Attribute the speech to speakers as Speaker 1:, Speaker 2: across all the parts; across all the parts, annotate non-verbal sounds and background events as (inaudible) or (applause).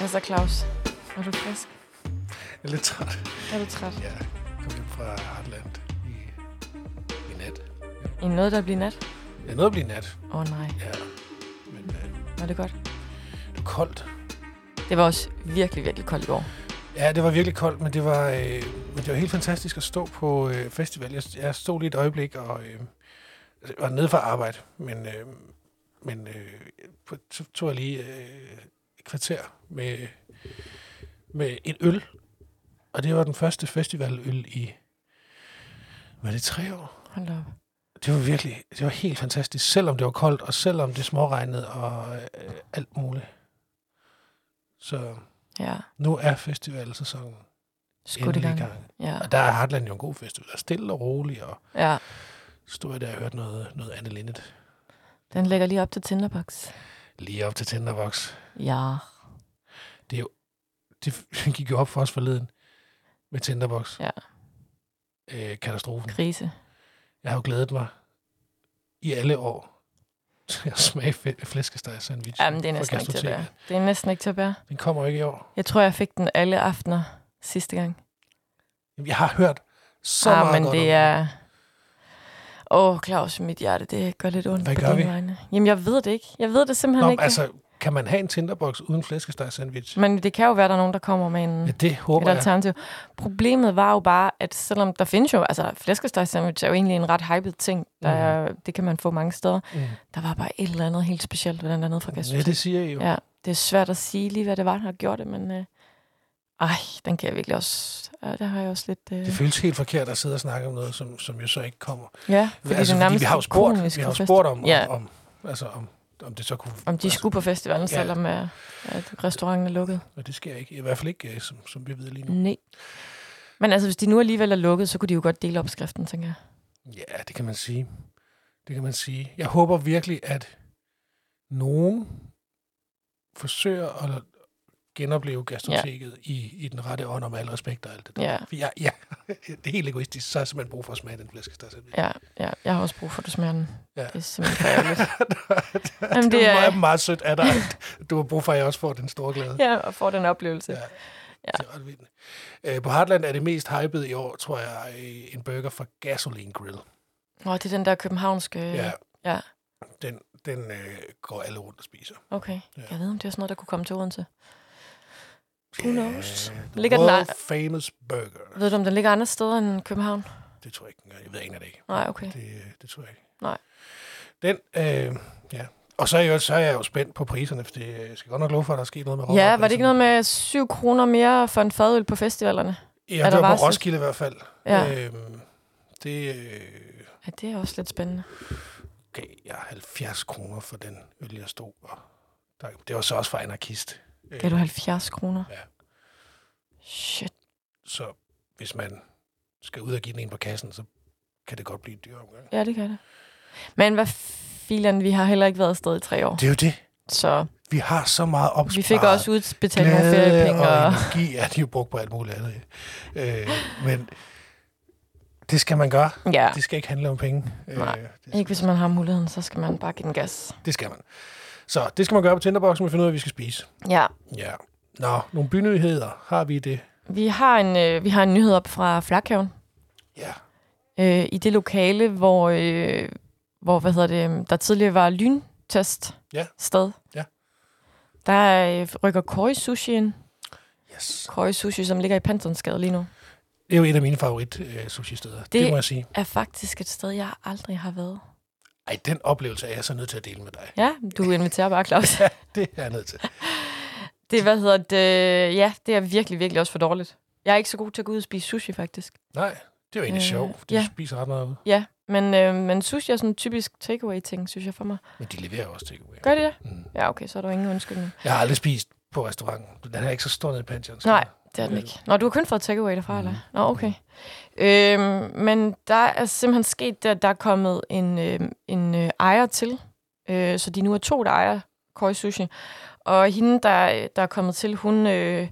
Speaker 1: Altså Claus, er du frisk?
Speaker 2: Jeg er lidt træt.
Speaker 1: Er du træt?
Speaker 2: Jeg kom hjem fra Heartland i, i nat.
Speaker 1: I noget, der bliver nat?
Speaker 2: Jeg nåede at blive nat,
Speaker 1: Åh oh, nej,
Speaker 2: ja. Men øh,
Speaker 1: var det godt.
Speaker 2: det var koldt.
Speaker 1: Det var også virkelig, virkelig koldt i år.
Speaker 2: Ja, det var virkelig koldt, men det var, øh, men det var helt fantastisk at stå på øh, festival. Jeg, jeg stod lige et øjeblik og øh, altså, var nede for arbejde, men, øh, men øh, på- så tog jeg lige øh, et kvarter med, med en øl. Og det var den første festivaløl i, var det tre år?
Speaker 1: Hold da op.
Speaker 2: Det var virkelig, det var helt fantastisk, selvom det var koldt, og selvom det småregnede og øh, alt muligt. Så
Speaker 1: Ja,
Speaker 2: nu er festivalsæsonen
Speaker 1: skudt i
Speaker 2: endelig i
Speaker 1: gang.
Speaker 2: gang.
Speaker 1: Ja,
Speaker 2: Og der er Heartland jo en god festival. Der er stille og rolig, og
Speaker 1: ja.
Speaker 2: stod jeg der og hørte noget, noget andet lindet.
Speaker 1: Den lægger lige op til Tinderbox.
Speaker 2: Lige op til Tinderbox.
Speaker 1: Ja.
Speaker 2: Det (laughs) gik jo op for os forleden med Tinderbox.
Speaker 1: Ja.
Speaker 2: Øh, katastrofen.
Speaker 1: Krise.
Speaker 2: Jeg har jo glædet mig i alle år til at smage fæ- flæskesteg sandwich.
Speaker 1: Jamen, det er næsten ikke til at bære. Det er næsten ikke til at bære.
Speaker 2: Den kommer jo ikke i år.
Speaker 1: Jeg tror, jeg fik den alle aftener sidste gang.
Speaker 2: Jamen, Jeg har hørt så
Speaker 1: ah,
Speaker 2: meget
Speaker 1: men
Speaker 2: godt om
Speaker 1: det
Speaker 2: den.
Speaker 1: er... Åh, oh, Claus, mit hjerte, det gør lidt ondt
Speaker 2: Hvad
Speaker 1: på
Speaker 2: gør
Speaker 1: dine
Speaker 2: vi?
Speaker 1: vegne. Jamen, jeg ved det ikke. Jeg ved det simpelthen
Speaker 2: Nå,
Speaker 1: ikke. Mm.
Speaker 2: men altså, kan man have en Tinderbox uden flæskesteg sandwich?
Speaker 1: Men det kan jo være, der er nogen, der kommer med en...
Speaker 2: Ja, det håber
Speaker 1: et
Speaker 2: jeg.
Speaker 1: alternativ. Problemet var jo bare, at selvom der findes jo, altså flæskesteg sandwich er jo egentlig en ret hyped ting, der,
Speaker 2: Mhm.
Speaker 1: er- det kan man få mange steder.
Speaker 2: Mm.
Speaker 1: Der var bare et eller andet helt specielt ved den der nede fra
Speaker 2: Ja,
Speaker 1: Gastus.
Speaker 2: det siger I jo.
Speaker 1: Ja, det er svært at sige lige, hvad det var, der har gjort det, men øh, ej, den kan jeg virkelig også, øh, der har jeg også lidt... Øh,
Speaker 2: Det altså, føles helt forkert at sidde og snakke om noget, som, som jo så ikke kommer.
Speaker 1: ja,
Speaker 2: Fordi, altså, fordi vi har jo spurgt,
Speaker 1: ikonisk
Speaker 2: vi har jo
Speaker 1: fest-
Speaker 2: spurgt om,
Speaker 1: Ja.
Speaker 2: ja. om, altså, om, om det så kunne...
Speaker 1: Om de
Speaker 2: altså,
Speaker 1: skulle på festivalen,
Speaker 2: Ja.
Speaker 1: selvom øh, at restauranten er lukket.
Speaker 2: og det sker ikke. I hvert fald ikke, øh, som, som vi ved lige nu.
Speaker 1: Nej. Men altså, hvis de nu alligevel er lukket, så kunne de jo godt dele opskriften, tænker jeg.
Speaker 2: Ja, det kan man sige. Det kan man sige. Jeg håber virkelig, at nogen forsøger at genopleve gastroteket ja. i, i den rette ånd om al respekt og alt det der.
Speaker 1: Ja.
Speaker 2: For jeg, jeg, (laughs) det er helt egoistisk, så har jeg simpelthen brug for at smage den flæskesteg. sandwich.
Speaker 1: Ja, ja, jeg har også brug for, at du smager den.
Speaker 2: Ja.
Speaker 1: Det er simpelthen for ærgerligt.
Speaker 2: Jamen, (laughs) det er
Speaker 1: er-
Speaker 2: meget, meget sødt af dig. at Du har brug for, at jeg også får den store glæde.
Speaker 1: (laughs) ja, og får den oplevelse. Ja.
Speaker 2: Ja. Ja. Det er ret vildt. Øh, på Heartland er det mest hypede i år, tror jeg, øh, en burger fra Gasoline Grill.
Speaker 1: Nå, det er den der københavnske...
Speaker 2: Øh, Ja.
Speaker 1: ja.
Speaker 2: Den, den øh, går alle rundt og spiser.
Speaker 1: Okay,
Speaker 2: Ja.
Speaker 1: jeg ved, om det er sådan noget, der kunne komme til Odense. Who knows?
Speaker 2: Øh,
Speaker 1: Ligger
Speaker 2: the
Speaker 1: den
Speaker 2: world
Speaker 1: der-
Speaker 2: famous burger.
Speaker 1: Ved du, om den ligger andre steder end København?
Speaker 2: Det tror jeg ikke engang. Jeg ved ikke, af det ikke.
Speaker 1: Nej, okay.
Speaker 2: Det, øh, det tror jeg ikke.
Speaker 1: Nej.
Speaker 2: Den, øh, ja. Og så er, jeg, jo- så er jeg jo spændt på priserne, for det øh, skal godt nok altså. love for, at der er sket noget med
Speaker 1: Ja, var det ikke noget med 7 kroner mere for en fadøl på festivalerne?
Speaker 2: Ja,
Speaker 1: at
Speaker 2: det
Speaker 1: der
Speaker 2: var
Speaker 1: var
Speaker 2: på
Speaker 1: sådan-
Speaker 2: Roskilde i hvert fald.
Speaker 1: Ja,
Speaker 2: Øhm, det, øh,
Speaker 1: ja det er også lidt spændende.
Speaker 2: gav jeg 70 kroner for den øl, jeg stod. Og der, det var så også for anarkist. Øh,
Speaker 1: Gav du 70 kroner?
Speaker 2: Ja.
Speaker 1: Shit.
Speaker 2: Så hvis man skal ud og give den en på kassen, så kan det godt blive en dyr omgang.
Speaker 1: Ja, det kan det. Men hvad filen, vi har heller ikke været afsted i tre år.
Speaker 2: Det er jo det.
Speaker 1: Så
Speaker 2: Vi har så meget opsparet.
Speaker 1: vi fik også udbetalt nogle
Speaker 2: glæde
Speaker 1: feriepenge.
Speaker 2: og
Speaker 1: Og...
Speaker 2: energi, ja, de er jo brugt på alt muligt andet. Øh, men det skal man gøre.
Speaker 1: Ja,
Speaker 2: Det skal ikke handle om penge.
Speaker 1: Nej,
Speaker 2: øh, det,
Speaker 1: ikke hvis man har muligheden, så skal man bare give den gas.
Speaker 2: det skal man. Så det skal man gøre på Tinderboxen, vi finder ud af, hvad vi skal spise.
Speaker 1: Ja,
Speaker 2: Ja. Nå, nogle bynyheder. Har vi det?
Speaker 1: vi har en, øh, vi har en nyhed op fra Flakhaven.
Speaker 2: Ja.
Speaker 1: øh, i det lokale, hvor, øh, hvor hvad hedder det, øhm, der tidligere var lyntest
Speaker 2: Ja.
Speaker 1: sted.
Speaker 2: Ja.
Speaker 1: Der øh, rykker Koi Sushi ind.
Speaker 2: Yes.
Speaker 1: Koi Sushi, som ligger i Pantonsgade lige nu,
Speaker 2: Det er jo et af mine favorit øh, sushi-steder. Det...
Speaker 1: Det-
Speaker 2: det må jeg sige.
Speaker 1: er faktisk et sted, jeg aldrig har været.
Speaker 2: Ej, den oplevelse er jeg så nødt til at dele med dig.
Speaker 1: Ja, du inviterer bare, Claus. (laughs)
Speaker 2: Det er jeg nødt til.
Speaker 1: Det, hvad hedder det, ja, det er virkelig, virkelig også for dårligt. Jeg er ikke så god til at gå ud og spise sushi, faktisk.
Speaker 2: Nej, det er jo egentlig
Speaker 1: Øh,
Speaker 2: øh, sjovt, fordi
Speaker 1: ja.
Speaker 2: ja. du spiser ret meget ude.
Speaker 1: Ja, men, øh, men sushi er sådan en typisk takeaway-ting, synes jeg for mig.
Speaker 2: Men de leverer jo også takeaway.
Speaker 1: Gør de det?
Speaker 2: Mm.
Speaker 1: Ja, okay, så er der jo ingen undskyldning.
Speaker 2: Jeg har aldrig spist på restauranten. Den er ikke så stor nede i Pantheon. så-
Speaker 1: Nej, Det er den
Speaker 2: Øh,
Speaker 1: ikke. Nå, du har kun fået takeaway derfra,
Speaker 2: Mhm.
Speaker 1: eller? Nå, okay. Øhm, men der er simpelthen sket det, at der er kommet en, øhm, en øh, ejer til. Øh, så de nu er to, der ejer Koi Sushi. Og hende, der, der er kommet til, hun, øh,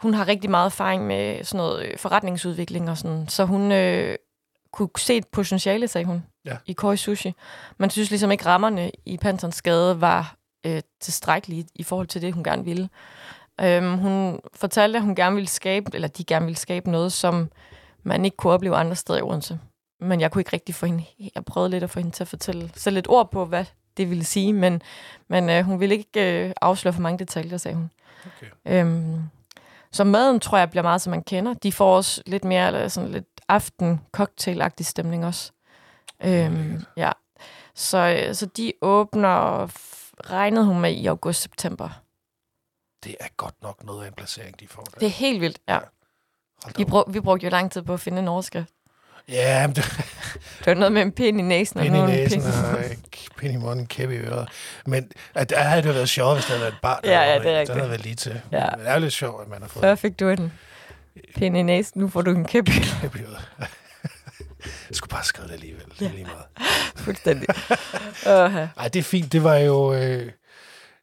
Speaker 1: hun har rigtig meget erfaring med sådan noget øh, forretningsudvikling og sådan. Så hun øh, kunne se et potentiale, sagde hun,
Speaker 2: Ja.
Speaker 1: i Koi Sushi. Man synes ligesom ikke, rammerne i Pantons Gade var øh, tilstrækkelige i forhold til det, hun gerne ville. Øhm, hun fortalte, at hun gerne ville skabe, eller de gerne ville skabe noget, som man ikke kunne opleve andre steder i Odense. Men jeg kunne ikke rigtig få hende, jeg prøvede lidt at få hende til at fortælle, så lidt ord på, hvad det ville sige, men, men øh, hun ville ikke øh, afsløre for mange detaljer, sagde hun. Okay. Øhm, så maden tror jeg bliver meget, som man kender. De får også lidt mere eller sådan lidt aften cocktailagtig stemning også. Øhm, ja. Så, øh, så de åbner, f- regnede hun med i august-september.
Speaker 2: Det er godt nok noget af en placering, de får. Der.
Speaker 1: Det er helt vildt, ja.
Speaker 2: Hold da
Speaker 1: Vi,
Speaker 2: op.
Speaker 1: brug, vi brugte jo lang tid på at finde en overskrift.
Speaker 2: Ja, men det
Speaker 1: Det var noget med en pind i næsen. og
Speaker 2: pind i
Speaker 1: nu en
Speaker 2: næsen
Speaker 1: pind-
Speaker 2: og øh, k- pind i munden, kæppe i øret. Men at, der havde det jo været sjovt, hvis der havde været et bar. der
Speaker 1: Ja,
Speaker 2: var
Speaker 1: ja,
Speaker 2: med.
Speaker 1: det er
Speaker 2: Så
Speaker 1: rigtigt.
Speaker 2: havde det været lige til.
Speaker 1: Ja.
Speaker 2: Men det er jo lidt sjovt, at man har fået
Speaker 1: Før fik du den. Pind i næsen, nu får du en kæppe.
Speaker 2: kæppe i øret. (laughs) Jeg skulle bare skrive det alligevel. Det er lige meget.
Speaker 1: (laughs) Fuldstændig. Åh,
Speaker 2: Ej, det er fint. Det var jo... Øh,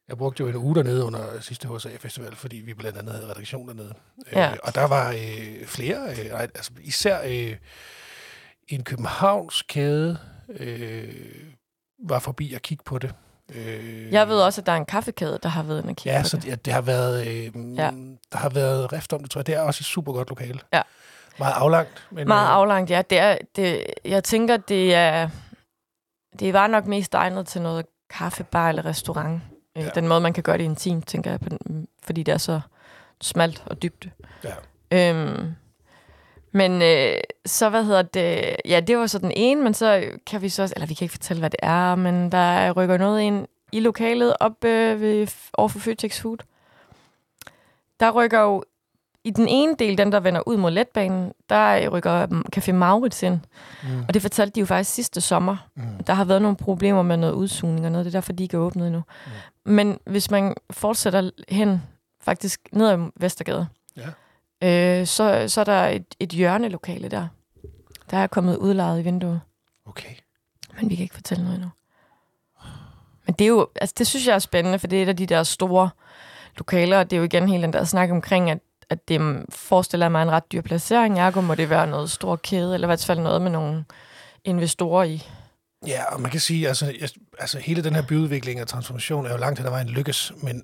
Speaker 2: jeg brugte jo en uge dernede under sidste HSA-festival, fordi vi blandt andet havde redaktion dernede.
Speaker 1: Ja.
Speaker 2: Øh, og der var øh, flere, øh, nej, altså især øh, en københavnsk kæde øh, var forbi at kigge på det. Øh,
Speaker 1: Jeg ved også, at der er en kaffekæde, der har været inde og kigge
Speaker 2: Ja,
Speaker 1: på
Speaker 2: så
Speaker 1: det.
Speaker 2: det, det har været, øh,
Speaker 1: Ja.
Speaker 2: ja. der har været rift om det, tror jeg. Det er også et super godt lokale.
Speaker 1: Ja.
Speaker 2: Meget aflangt. Men,
Speaker 1: Meget
Speaker 2: øh,
Speaker 1: aflangt, ja. Det er, det, jeg tænker, det er, det var nok mest egnet til noget kaffebar eller restaurant. Ja.
Speaker 2: Ja.
Speaker 1: Den måde, man kan gøre det intimt, tænker jeg, på den, fordi det er så smalt og dybt.
Speaker 2: Ja.
Speaker 1: Øhm, men øh, så, hvad hedder det? Ja, det var så den ene, men så kan vi så også, eller vi kan ikke fortælle, hvad det er, men der rykker noget ind i lokalet op øh, ved, over for Føtex Food. Der rykker jo i den ene del, den der vender ud mod letbanen, der rykker mm, Café Maurits ind.
Speaker 2: Mm.
Speaker 1: Og det fortalte de jo faktisk sidste sommer.
Speaker 2: Mm.
Speaker 1: Der har været nogle problemer med noget udsugning og noget. Det er derfor, de ikke er åbnet endnu.
Speaker 2: Mm.
Speaker 1: Men hvis man fortsætter hen, faktisk ned ad Vestergade,
Speaker 2: Ja.
Speaker 1: øh, så, så er der et, et hjørnelokale der. Der er kommet udlejet i vinduet,
Speaker 2: Okay.
Speaker 1: men vi kan ikke fortælle noget endnu. Men det er jo, altså det synes jeg er spændende, for det er et af de der store lokaler, og det er jo igen helt den der snak omkring, at, at det mm, forestiller mig en ret dyr placering. Ergo må det være noget stor kæde, eller i hvert fald noget med nogle investorer i.
Speaker 2: Ja, og man kan sige, altså, jeg, altså hele den her byudvikling og transformation er jo langt hen ad vejen lykkes, men,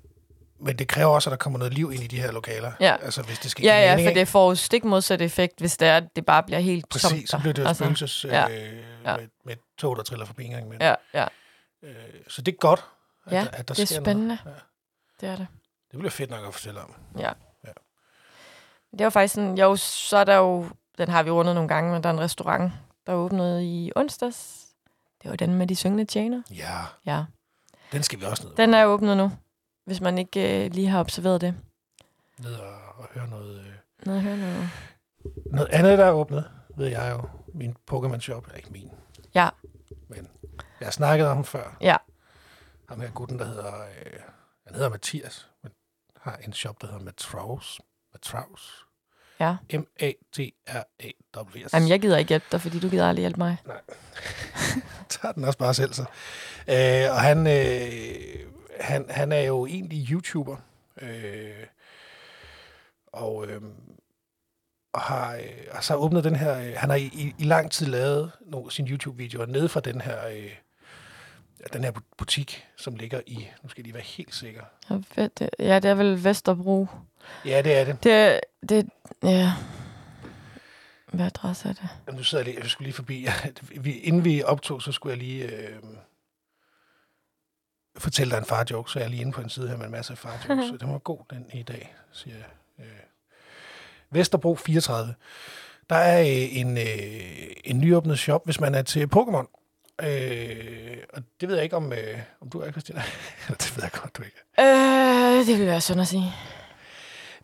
Speaker 2: men det kræver også, at der kommer noget liv ind i de her lokaler.
Speaker 1: Ja.
Speaker 2: Altså hvis det skal give
Speaker 1: Ja,
Speaker 2: mening,
Speaker 1: ja, for
Speaker 2: ikke?
Speaker 1: det får jo stik modsat effekt, hvis det er, at det bare bliver helt
Speaker 2: Præcis,
Speaker 1: tomt.
Speaker 2: så
Speaker 1: der.
Speaker 2: bliver det jo altså,
Speaker 1: altså,
Speaker 2: spøgelses øh,
Speaker 1: ja,
Speaker 2: ja,
Speaker 1: ja.
Speaker 2: ja. Med, med et tog, der triller forbi en gang imellem.
Speaker 1: Ja, ja.
Speaker 2: Øh, så det er godt, at,
Speaker 1: Ja,
Speaker 2: der- at der
Speaker 1: det er
Speaker 2: sker
Speaker 1: spændende.
Speaker 2: Noget. Ja,
Speaker 1: Det er det.
Speaker 2: det bliver fedt nok at fortælle om.
Speaker 1: Det var faktisk sådan, jo, så er der jo, den har vi rundet nogle gange, men der er en restaurant, der åbnede i onsdags. Det var den med de syngende tjener.
Speaker 2: Ja,
Speaker 1: Ja,
Speaker 2: den skal vi også ned,
Speaker 1: den er åbnet nu, hvis man ikke øh, lige har observeret det.
Speaker 2: ned og, og høre noget... Øh.
Speaker 1: Noget at høre noget.
Speaker 2: Noget andet, der er åbnet, ved jeg jo. Min Pokémon Shop er ikke min.
Speaker 1: Ja.
Speaker 2: Men jeg har snakket om ham før.
Speaker 1: Ja.
Speaker 2: Ham her gutten, der hedder... Øh, han hedder Mathias, men har en shop, der hedder Matraus. Matraus.
Speaker 1: Ja.
Speaker 2: M-A-T-R-A-W-S.
Speaker 1: Jamen, jeg gider ikke hjælpe dig, fordi du gider aldrig hjælpe mig.
Speaker 2: (laughs) tager den også bare selv, så. Øh, og han, øh, han, han er jo egentlig YouTuber. Øh, og, øh, og har, øh, har så åbnet den her... Øh, han har i, i, i lang tid lavet nogle sine YouTube-videoer nede fra den her... Øh, ja, den her bu- butik, som ligger i... Nu skal jeg lige være helt sikker.
Speaker 1: Jeg ved det. Ja, det er vel Vesterbro.
Speaker 2: Ja, det er det.
Speaker 1: Det, det, ja. Hvad adresse er det?
Speaker 2: Jamen, nu sidder jeg lige... Jeg skulle lige forbi... (laughs) Vi, inden vi optog, så skulle jeg lige... Øh, fortælle dig en farjoke, så jeg er lige inde på en side her med en masse farjokes. så den var god den i dag, siger jeg. Øh. Vesterbro 34. Der er øh, en, øh, en nyåbnet shop, hvis man er til Pokémon. Øh, og det ved jeg ikke, om, øh, om du er, Christina. (laughs) Eller det ved jeg godt, du ikke er.
Speaker 1: Øh, det vil være synd at sige.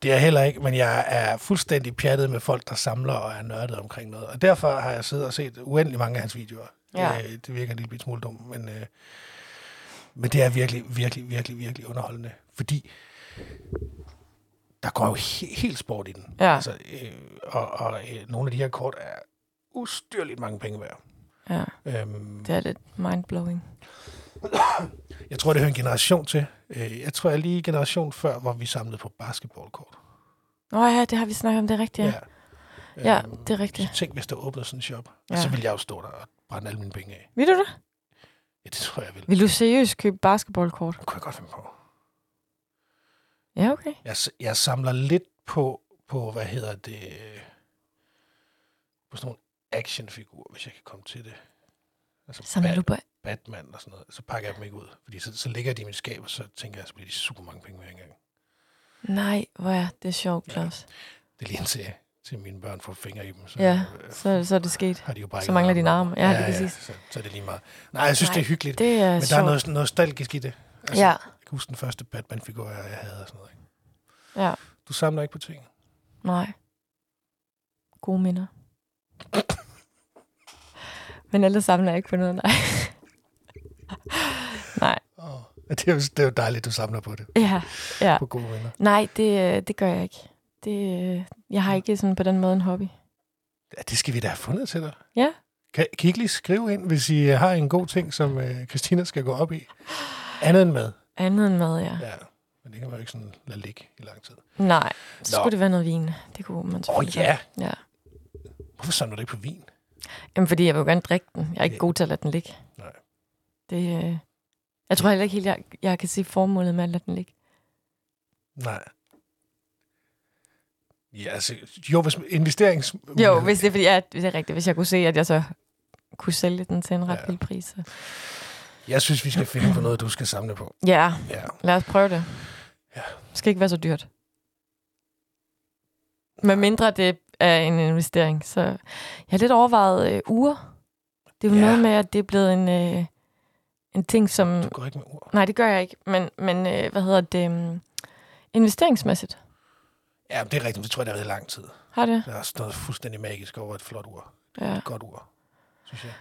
Speaker 2: Det er jeg heller ikke, men jeg er fuldstændig pjattet med folk, der samler og er nørdet omkring noget. Og derfor har jeg siddet og set uendelig mange af hans videoer.
Speaker 1: Ja.
Speaker 2: Øh, det virker en lille bit smule dumt, men, øh, men det er virkelig, virkelig, virkelig, virkelig underholdende. Fordi der går jo he- helt sport i den.
Speaker 1: Ja.
Speaker 2: Altså, øh, og og øh, nogle af de her kort er ustyrligt mange penge værd.
Speaker 1: Ja,
Speaker 2: Øhm,
Speaker 1: det er lidt mindblowing.
Speaker 2: jeg tror, det hører en generation til. Øh, jeg tror, jeg er lige generation før, hvor vi samlede på basketballkort.
Speaker 1: Nå ja, det har vi snakket om, det er rigtigt. Ja, ja. ja
Speaker 2: Øhm,
Speaker 1: det er rigtigt.
Speaker 2: Så tænk, hvis der åbnede sådan en shop, ja.
Speaker 1: Ja.
Speaker 2: så ville jeg jo stå der og brænde alle mine penge af.
Speaker 1: Vil du det?
Speaker 2: Ja, det tror jeg, jeg ville.
Speaker 1: Vil du seriøst købe basketballkort?
Speaker 2: Det kunne jeg godt finde på.
Speaker 1: Ja, okay.
Speaker 2: Jeg, s- jeg samler lidt på, på, hvad hedder det, øh, på sådan nogle actionfigurer, hvis jeg kan komme til det. Altså
Speaker 1: Samler
Speaker 2: Bat-
Speaker 1: du på...
Speaker 2: Batman og sådan noget. Så pakker jeg dem ikke ud, fordi så, så ligger de i mit skab, og så tænker jeg, så bliver de super mange penge hver gang.
Speaker 1: Nej, hvor er det sjovt,
Speaker 2: Ja.
Speaker 1: Claus.
Speaker 2: Det er lige indtil, til mine børn får fingre i dem. Så,
Speaker 1: Ja,
Speaker 2: øh,
Speaker 1: Så, så er det sket.
Speaker 2: har de jo bare
Speaker 1: Så mangler din arm. Ja, lige præcis.
Speaker 2: så, så er det lige meget. Nej, jeg synes,
Speaker 1: Nej,
Speaker 2: det er hyggeligt. Det
Speaker 1: Det er
Speaker 2: men der er
Speaker 1: sjovt.
Speaker 2: noget, noget nostalgisk i det. Altså,
Speaker 1: Ja,
Speaker 2: Jeg kan huske den første Batman-figur, jeg, jeg havde og sådan noget. Ikke?
Speaker 1: ja.
Speaker 2: Du samler ikke på ting.
Speaker 1: Nej. Gode minder. Men ellers samler jeg ikke på noget, nej. (laughs) nej,
Speaker 2: Oh. (laughs) Det, er jo, det er jo dejligt, du samler på det.
Speaker 1: ja.
Speaker 2: Ja. På gode venner.
Speaker 1: Nej, det, øh, det gør jeg ikke. Det, øh, jeg har ikke sådan på den måde en hobby.
Speaker 2: Ja, det skal vi da have fundet til dig.
Speaker 1: Ja.
Speaker 2: Kan, kan I ikke lige skrive ind, hvis I øh, har en god ting, som øh, Christina skal gå op i? Andet end mad.
Speaker 1: Andet end mad, ja.
Speaker 2: Ja. Men det kan man jo ikke sådan lade ligge i lang tid.
Speaker 1: Nej, så
Speaker 2: Nå.
Speaker 1: skulle det være noget vin. Det kunne man
Speaker 2: Åh oh,
Speaker 1: selvfølgelig
Speaker 2: ja.
Speaker 1: godt. ja.
Speaker 2: Hvorfor samler du ikke på vin?
Speaker 1: Jamen, fordi jeg vil jo gerne drikke den. Jeg er ikke
Speaker 2: Ja.
Speaker 1: god til at lade den ligge.
Speaker 2: Nej.
Speaker 1: Det, øh, jeg tror heller ikke helt, jeg, jeg kan se formålet med at lade den ligge.
Speaker 2: Nej. Ja, altså, jo, hvis investerings...
Speaker 1: Jo,
Speaker 2: (laughs)
Speaker 1: hvis det er, fordi, ja, det er rigtigt. Hvis jeg kunne se, at jeg så kunne sælge den til en ret
Speaker 2: Ja.
Speaker 1: ja. vild pris. Så.
Speaker 2: Jeg synes, vi skal finde på noget, du skal samle på.
Speaker 1: Ja,
Speaker 2: Ja.
Speaker 1: lad os prøve det.
Speaker 2: Ja.
Speaker 1: Det skal ikke være så dyrt. Med mindre det er en investering. Så jeg har lidt overvejet øh, uger. Det er jo
Speaker 2: Ja.
Speaker 1: ja. noget med, at det er blevet en, øh, en ting, som...
Speaker 2: Du går ikke med ord.
Speaker 1: Nej, det gør jeg ikke. Men, men øh, hvad hedder det? Um, investeringsmæssigt.
Speaker 2: Ja, men det er rigtigt. Det tror jeg, det har været i lang tid.
Speaker 1: Har det?
Speaker 2: Der er også noget fuldstændig magisk over et flot ur.
Speaker 1: Ja.
Speaker 2: Et godt ur, synes jeg.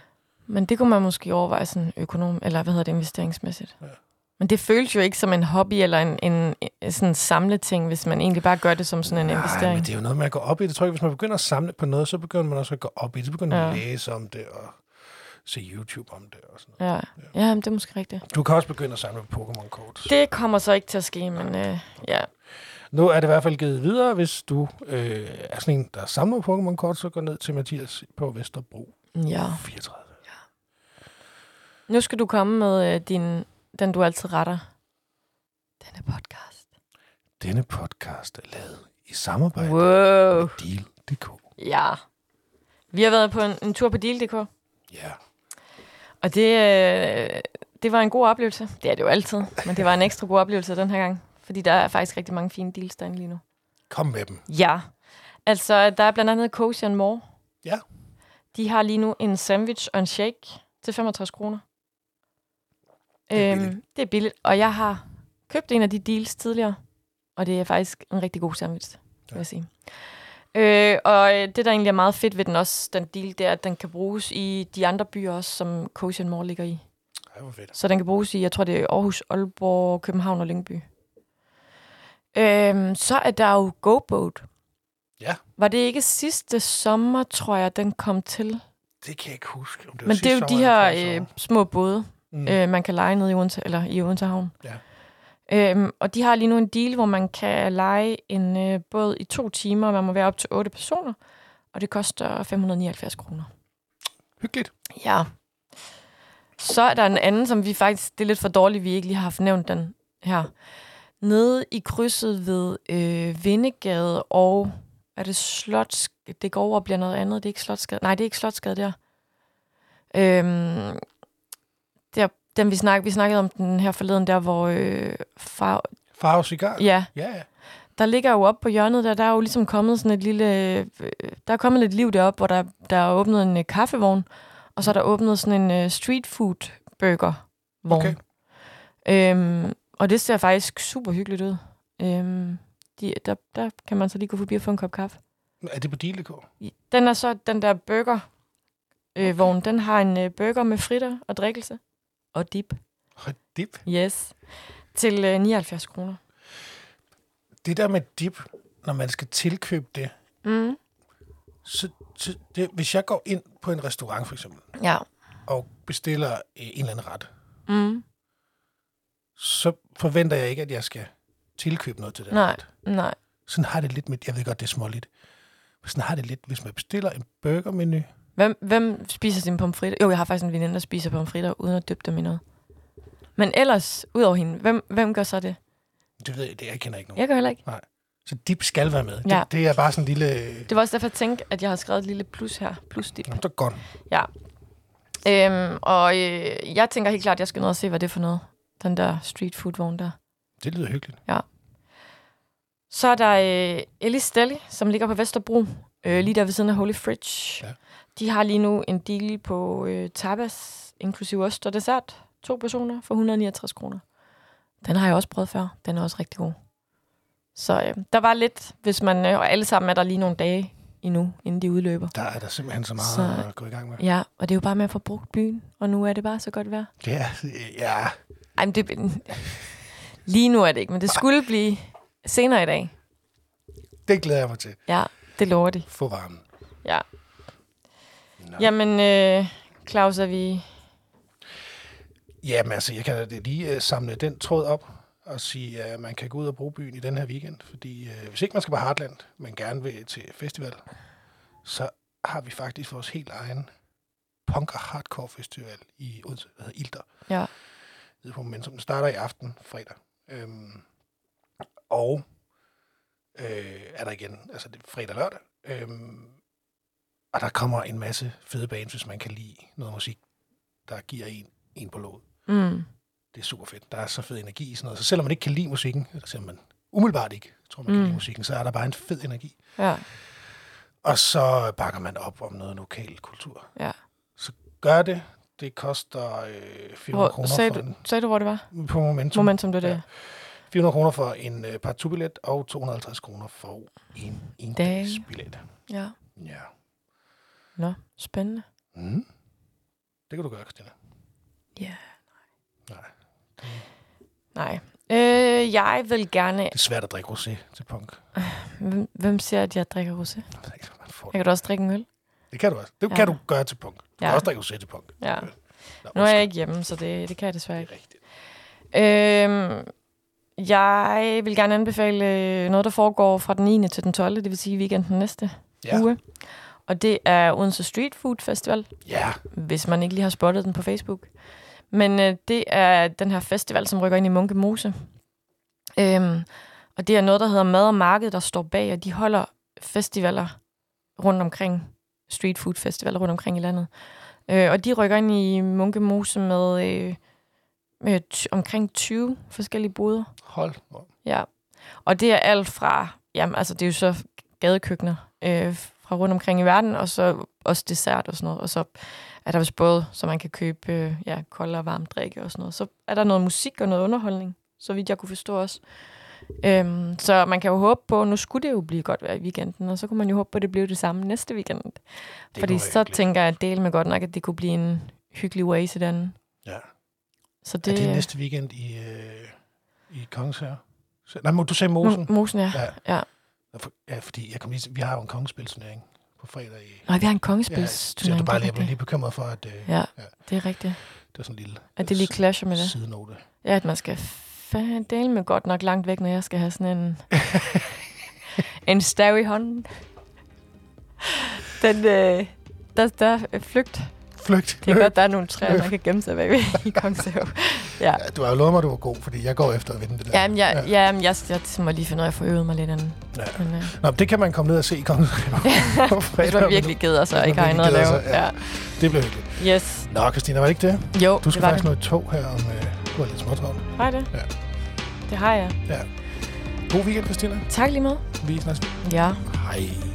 Speaker 1: Men det kunne man måske overveje sådan økonom, eller hvad hedder det, investeringsmæssigt.
Speaker 2: Ja.
Speaker 1: Ja. Men det føles jo ikke som en hobby eller en, en, en sådan samleting, hvis man egentlig bare gør det som sådan en Nej,
Speaker 2: Nej,
Speaker 1: investering.
Speaker 2: men
Speaker 1: Det...
Speaker 2: det er jo noget med at gå op i det. Tror jeg, hvis man begynder at samle på noget, så begynder man også at gå op i det. Så begynder man at
Speaker 1: Ja.
Speaker 2: læse om det og se YouTube om det og sådan noget.
Speaker 1: Ja, ja men det er måske rigtigt.
Speaker 2: Du kan også begynde at samle på Pokémon-kort.
Speaker 1: Det kommer så ikke til at ske, men øh, ja.
Speaker 2: Nu er det i hvert fald givet videre, hvis du øh, er sådan en, der samler Pokémon-kort, så gå ned til Mathias på Vesterbro
Speaker 1: ja.
Speaker 2: 34.
Speaker 1: Nu skal du komme med øh, din, den, du altid retter. Denne podcast.
Speaker 2: Denne podcast er lavet i samarbejde wow.
Speaker 1: Wow.
Speaker 2: med Deal.dk.
Speaker 1: Ja. Vi har været på en, en tur på Deal.dk,
Speaker 2: Ja,
Speaker 1: og det, øh, det var en god oplevelse. Det er det jo altid, men det var en ekstra god oplevelse den her gang. Fordi der er faktisk rigtig mange fine deals derinde lige nu.
Speaker 2: kom med dem.
Speaker 1: Ja. Altså, der er blandt andet Cozy and More.
Speaker 2: Ja.
Speaker 1: De har lige nu en sandwich og en shake til 65 kroner.
Speaker 2: Det er
Speaker 1: Øhm,
Speaker 2: billigt.
Speaker 1: det er billigt. Og jeg har købt en af de deals tidligere, og det er faktisk en rigtig god sandwich, vil
Speaker 2: Ja.
Speaker 1: jeg sige. Øh, og øh, det, der egentlig er meget fedt ved den også, den deal, det er, at den kan bruges i de andre byer også, som Cozy and More ligger i.
Speaker 2: Ej, hvor fedt.
Speaker 1: Så den kan bruges i, jeg tror det er Aarhus, Aalborg, København og Lyngby. Øhm, så er der jo GoBoat.
Speaker 2: Ja.
Speaker 1: Var det ikke sidste sommer, tror jeg, den kom til?
Speaker 2: Det kan jeg ikke huske. Om det var
Speaker 1: Men det
Speaker 2: sidste
Speaker 1: er jo de
Speaker 2: sommer eller forrige
Speaker 1: her øh,
Speaker 2: sommer.
Speaker 1: små både,
Speaker 2: Mm.
Speaker 1: øh, man kan lege nede i Odense, eller i Odense Havn.
Speaker 2: Ja.
Speaker 1: Øhm, og de har lige nu en deal, hvor man kan lege en øh, båd i to timer, og man må være op til otte personer, og det koster 579 kroner.
Speaker 2: Hyggeligt.
Speaker 1: Ja. Så er der en anden, som vi faktisk... Det er lidt for dårligt, vi ikke lige har haft nævnt den her. Nede i krydset ved øh, Vindegade og... Er det Slots... Det går over og bliver noget andet. Det er ikke Slotsgade. Nej, det er ikke Slotsgade der. Øhm, der den, vi, snak, vi snakkede om den her forleden, der hvor... Øh, far,
Speaker 2: Farve cigar.
Speaker 1: ja,
Speaker 2: Ja, ja.
Speaker 1: der ligger jo oppe på hjørnet der, der er jo ligesom kommet sådan et lille, øh, der er kommet lidt liv deroppe, hvor der, der er åbnet en øh, kaffevogn, og så er der åbnet sådan en øh, street food burger vogn.
Speaker 2: Okay.
Speaker 1: Øhm, og det ser faktisk super hyggeligt ud. Øhm, de, der, der kan man så lige gå forbi og få en kop kaffe.
Speaker 2: Er det på Deal.dk?
Speaker 1: Den er så, den der burger øh, vogn, den har en øh, burger med fritter og drikkelse. Og dip.
Speaker 2: Og dip.
Speaker 1: Yes. Til øh, 79 kroner.
Speaker 2: Det der med dip, når man skal tilkøbe det,
Speaker 1: Mm.
Speaker 2: så, så det, hvis jeg går ind på en restaurant for eksempel,
Speaker 1: Ja.
Speaker 2: og bestiller øh, en eller anden ret,
Speaker 1: Mm.
Speaker 2: så forventer jeg ikke, at jeg skal tilkøbe noget til den
Speaker 1: Nej.
Speaker 2: ret.
Speaker 1: Nej.
Speaker 2: Sådan har det lidt med, jeg ved godt, det er småligt, men sådan har det lidt, hvis man bestiller en burgermenu.
Speaker 1: Hvem, hvem spiser sine pomfritter? Jo, jeg har faktisk en veninde, der spiser pomfritter, uden at dyppe dem i noget. Men ellers, ud over hende, hvem, hvem gør så det?
Speaker 2: Det ved jeg, det jeg kender ikke nogen.
Speaker 1: Jeg kan heller ikke.
Speaker 2: Så dip skal være med.
Speaker 1: Ja.
Speaker 2: Det, det er bare sådan en lille...
Speaker 1: Det var også derfor, jeg tænkte, at jeg har skrevet et lille plus her. Plus dip.
Speaker 2: Nå, det er godt.
Speaker 1: Øhm, og øh, jeg tænker helt klart, at jeg skal ned og se, hvad det er for noget. Den der street food vogn der.
Speaker 2: Det lyder hyggeligt.
Speaker 1: Så er der øh, Ellie Stelly, som ligger på Vesterbro, øh, lige der ved siden af Holy Fridge.
Speaker 2: Ja.
Speaker 1: Ja. De har lige nu en deal på øh, tapas, inklusive ost og dessert. To personer for 169 kroner. Den har jeg også prøvet før. Den er også rigtig god. Så øh, der var lidt, hvis man... Øh, og alle sammen er der lige nogle dage endnu, inden de udløber.
Speaker 2: Der er der simpelthen så meget
Speaker 1: Så-
Speaker 2: så... at gå i gang med.
Speaker 1: Ja, og det er jo bare med at få brugt byen, og nu er det bare så godt vejr.
Speaker 2: Ja, ja.
Speaker 1: Ej, men det, (laughs) lige nu er det ikke, men det skulle blive senere i dag.
Speaker 2: det glæder jeg mig til.
Speaker 1: Ja, det lover de.
Speaker 2: Få varmen.
Speaker 1: Ja.
Speaker 2: Nå.
Speaker 1: Jamen, øh, Claus, er vi...
Speaker 2: Jamen altså, jeg kan da lige uh, samle den tråd op og sige, at man kan gå ud og bruge byen i den her weekend. Fordi uh, hvis ikke man skal på Heartland, men gerne vil til festival, så har vi faktisk vores helt egen punk og hardcore festival i Odense, der hedder Ilter.
Speaker 1: Ja.
Speaker 2: Nede på Momentum. Den starter i aften, fredag. Øhm, og øh, er der igen, altså det er fredag og lørdag. Øhm, og der kommer en masse fede bands, hvis man kan lide noget musik, der giver en, en på låget
Speaker 1: Mm,
Speaker 2: det er super fedt. Der er så fed energi i sådan noget. Så selvom man ikke kan lide musikken, eller selvom man umiddelbart ikke tror, man mm. kan
Speaker 1: Mm.
Speaker 2: lide musikken, så er der bare en fed energi.
Speaker 1: ja,
Speaker 2: Og så bakker man op om noget lokal kultur.
Speaker 1: ja.
Speaker 2: Så gør det. Det koster øh, 400
Speaker 1: Hvor,
Speaker 2: kroner
Speaker 1: sagde,
Speaker 2: for
Speaker 1: du,
Speaker 2: en,
Speaker 1: sagde du, hvor det var?
Speaker 2: på momentum.
Speaker 1: Momentum, det er det.
Speaker 2: 400 kroner for en øh, par billet og 250 kroner for en endagsbillet.
Speaker 1: Ja. ja.
Speaker 2: Ja.
Speaker 1: Nå, spændende.
Speaker 2: Mm. Det kan du gøre, Christina.
Speaker 1: Ja,
Speaker 2: Nej.
Speaker 1: nej. Øh, jeg vil gerne...
Speaker 2: Det er svært at drikke rosé til punk.
Speaker 1: Hvem, hvem siger, at jeg drikker rosé?
Speaker 2: Jeg ved ikke, hvad man får.
Speaker 1: Jeg kan da også drikke en øl.
Speaker 2: Det kan du også. Det
Speaker 1: Ja.
Speaker 2: kan du gøre til punk. Du ja. kan
Speaker 1: Ja.
Speaker 2: også drikke rosé til punk.
Speaker 1: Ja.
Speaker 2: Nå,
Speaker 1: Nu er jeg
Speaker 2: undskyld.
Speaker 1: ikke hjemme, så det, det kan jeg desværre
Speaker 2: Det
Speaker 1: ikke.
Speaker 2: er
Speaker 1: Øhm,
Speaker 2: rigtigt.
Speaker 1: jeg vil gerne anbefale øh, noget, der foregår fra den 9. til den 12., det vil sige weekenden næste
Speaker 2: Ja.
Speaker 1: ja. uge. Og det er Odense Street Food Festival,
Speaker 2: Ja,
Speaker 1: hvis man ikke lige har spottet den på Facebook. Men øh, det er den her festival, som rykker ind i Munke Mose. Øhm, og det er noget, der hedder Mad og Marked, der står bag, og de holder festivaler rundt omkring, street food festivaler rundt omkring i landet. Øh, og de rykker ind i Munke Mose med, øh, med ty- omkring 20 forskellige boder.
Speaker 2: hold nu op.
Speaker 1: Ja, og det er alt fra, jamen altså det er jo så gadekøkkener øh, fra rundt omkring i verden, og så også dessert og sådan noget. Og så er der vist både, så man kan købe øh, ja, kold og varm drikke og sådan noget. Så er der noget musik og noget underholdning, så vidt jeg kunne forstå også. Øhm, så man kan jo håbe på, nu skulle det jo blive godt vejr i weekenden, og så kunne man jo håbe på, at det blev det samme næste weekend.
Speaker 2: Det
Speaker 1: Fordi
Speaker 2: kunne være
Speaker 1: så
Speaker 2: hyggeligt.
Speaker 1: tænker jeg at del med godt nok, at det kunne blive en hyggelig way til den.
Speaker 2: Ja.
Speaker 1: Så
Speaker 2: Det... Er
Speaker 1: det,
Speaker 2: det næste weekend i, øh, i Kongens her? Nej, må du sagde Mosen.
Speaker 1: Mosen. Mosen, ja.
Speaker 2: Ja.
Speaker 1: Mm, ja.
Speaker 2: Nå, for- Ja, fordi jeg kom lige, til- vi har jo en kongespilsturnering på fredag. I,
Speaker 1: Nå, vi har en
Speaker 2: ja, så er
Speaker 1: kongespilsturnering.
Speaker 2: du
Speaker 1: det
Speaker 2: bare
Speaker 1: er
Speaker 2: lige, jeg blev
Speaker 1: rigtigt.
Speaker 2: lige bekymret for, at øh,
Speaker 1: Ja,
Speaker 2: Ja.
Speaker 1: det er rigtigt.
Speaker 2: det var sådan en lille
Speaker 1: At det lige clasher med det.
Speaker 2: sidenote.
Speaker 1: Ja, at man skal dele med godt nok langt væk, når jeg skal have sådan
Speaker 2: (laughs)
Speaker 1: en... en stav i hånden. Den, øh, der, der er flygt.
Speaker 2: Flygt.
Speaker 1: Det er godt, der er nogle træer, man kan gemme sig bagved
Speaker 2: (laughs)
Speaker 1: i Kongshav. Ja.
Speaker 2: Ja, du har jo lovet mig, at du var god, fordi jeg går efter at vinde det der.
Speaker 1: Jamen, jeg, ja. jamen, jeg, jeg, må lige finde ud af at få øvet mig lidt andet.
Speaker 2: Ja.
Speaker 1: Men, øh,
Speaker 2: Nå, men det kan man komme ned og se i Kongens
Speaker 1: (laughs)
Speaker 2: på fredag.
Speaker 1: hvis man virkelig gider sig og
Speaker 2: man
Speaker 1: ikke har
Speaker 2: virkelig
Speaker 1: noget at lave.
Speaker 2: gider sig, ja.
Speaker 1: Ja.
Speaker 2: Det blev hyggeligt.
Speaker 1: Yes.
Speaker 2: Nå, Christina, var det ikke det?
Speaker 1: Jo,
Speaker 2: Du
Speaker 1: det
Speaker 2: skal
Speaker 1: var
Speaker 2: faktisk nå et tog her om... Øh, du er lidt småtravlt.
Speaker 1: det. Har jeg det?
Speaker 2: Ja.
Speaker 1: Det har jeg.
Speaker 2: God weekend, Christina.
Speaker 1: Tak lige meget.
Speaker 2: Vi snakkes.
Speaker 1: Ja.
Speaker 2: Hej.